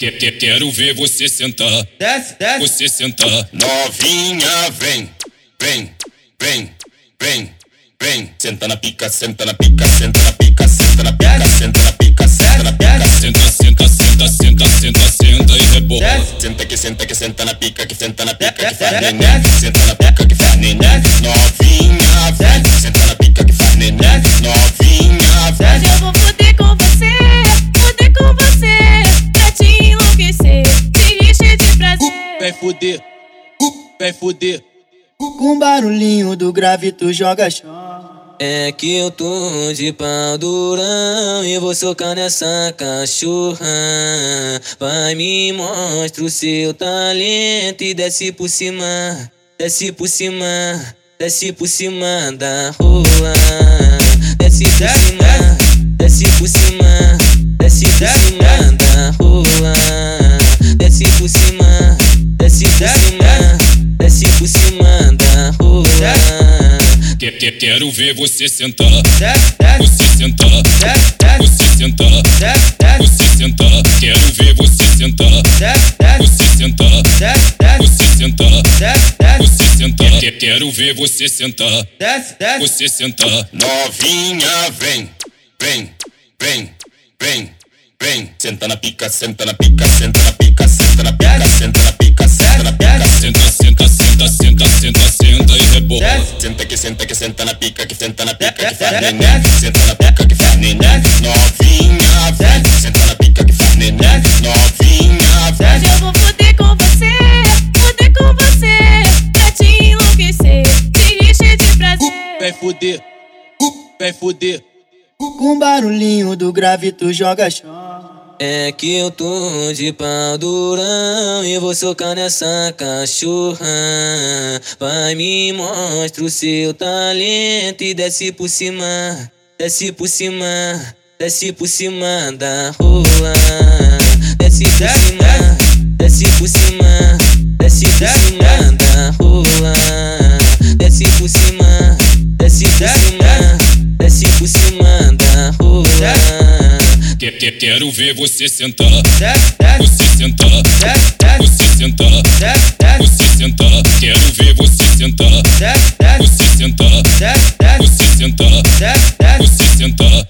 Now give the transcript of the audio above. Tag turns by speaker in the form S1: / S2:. S1: Que, que, quero ver você sentar,
S2: Desce, desce.
S1: você sentar. Novinha, vem, vem, vem, vem, vem. Senta na pica, senta na pica, senta na pica, senta na pica, senta na pica, senta na pica. Senta, senta, senta, senta, senta, senta e rebola.
S2: Desce.
S1: Senta que senta que senta na pica, que senta na pica, que faz
S2: Desce,
S1: neném.
S2: desce.
S1: Senta na pica, que faz neném.
S2: Desce.
S1: Novinha, vem. Senta na pica, que faz neném. Novinha, vem.
S3: Hoje eu vou foder com você, foder com você, pra te enlouquecer, te encher de prazer.
S4: Vem fuder, vem fuder.
S2: Com barulhinho do grave tu joga chão.
S4: É que eu tô de pau durão e vou socar nessa cachorra. Vai me mostra o seu talento e desce por cima, desce por cima, desce por cima da rola. Desce por
S2: Desce,
S4: cima, desce por cima, desce por
S2: Desce,
S4: cima da rola. Desce por cima, desce por
S2: Desce,
S4: cima, desce por cima da rola.
S1: Que, que, quero ver você sentar,
S2: Desce, desce,
S1: você sentar,
S2: desce, desce,
S1: você sentar.
S2: desce, desce,
S1: Você sentar, quero ver você sentar.
S2: desce, desce,
S1: Você sentar,
S2: desce, desce,
S1: você sentar,
S2: desce, desce,
S1: você sentar. Que- Quero ver você sentar,
S2: desce, desce.
S1: você sentar. Novinha, vem, vem, vem, vem, vem. Senta na pica, senta na pica, senta na pica, senta na pica, senta na pica, senta na pica. Senta, senta, senta, senta, senta, senta e rebola.
S2: Desce.
S1: Senta que senta que senta na pica, que senta na pica, que
S2: Desce,
S1: faz
S2: desce,
S1: neném. Senta na pica, que faz neném. Novinha, vem, senta na pica, que faz neném. Novinha, vem.
S3: Hoje eu vou foder com você, foder com você, pra te enlouquecer, te encher de prazer.
S4: Vem fuder, vem fuder.
S2: Com barulhinho do grave tu joga chão.
S4: É que eu tô de pau durão e vou socar nessa cachorra. Vai me mostra o seu talento e desce por cima, desce por cima, desce por cima da rola. Desce por
S2: Desce,
S4: cima, desce por cima, desce por
S2: Desce,
S4: cima da rola. Desce por cima, desce por
S2: Desce,
S4: cima, desce por cima da rola.
S1: Que- que- Quero ver você sentar.
S2: Desce, desce,
S1: Você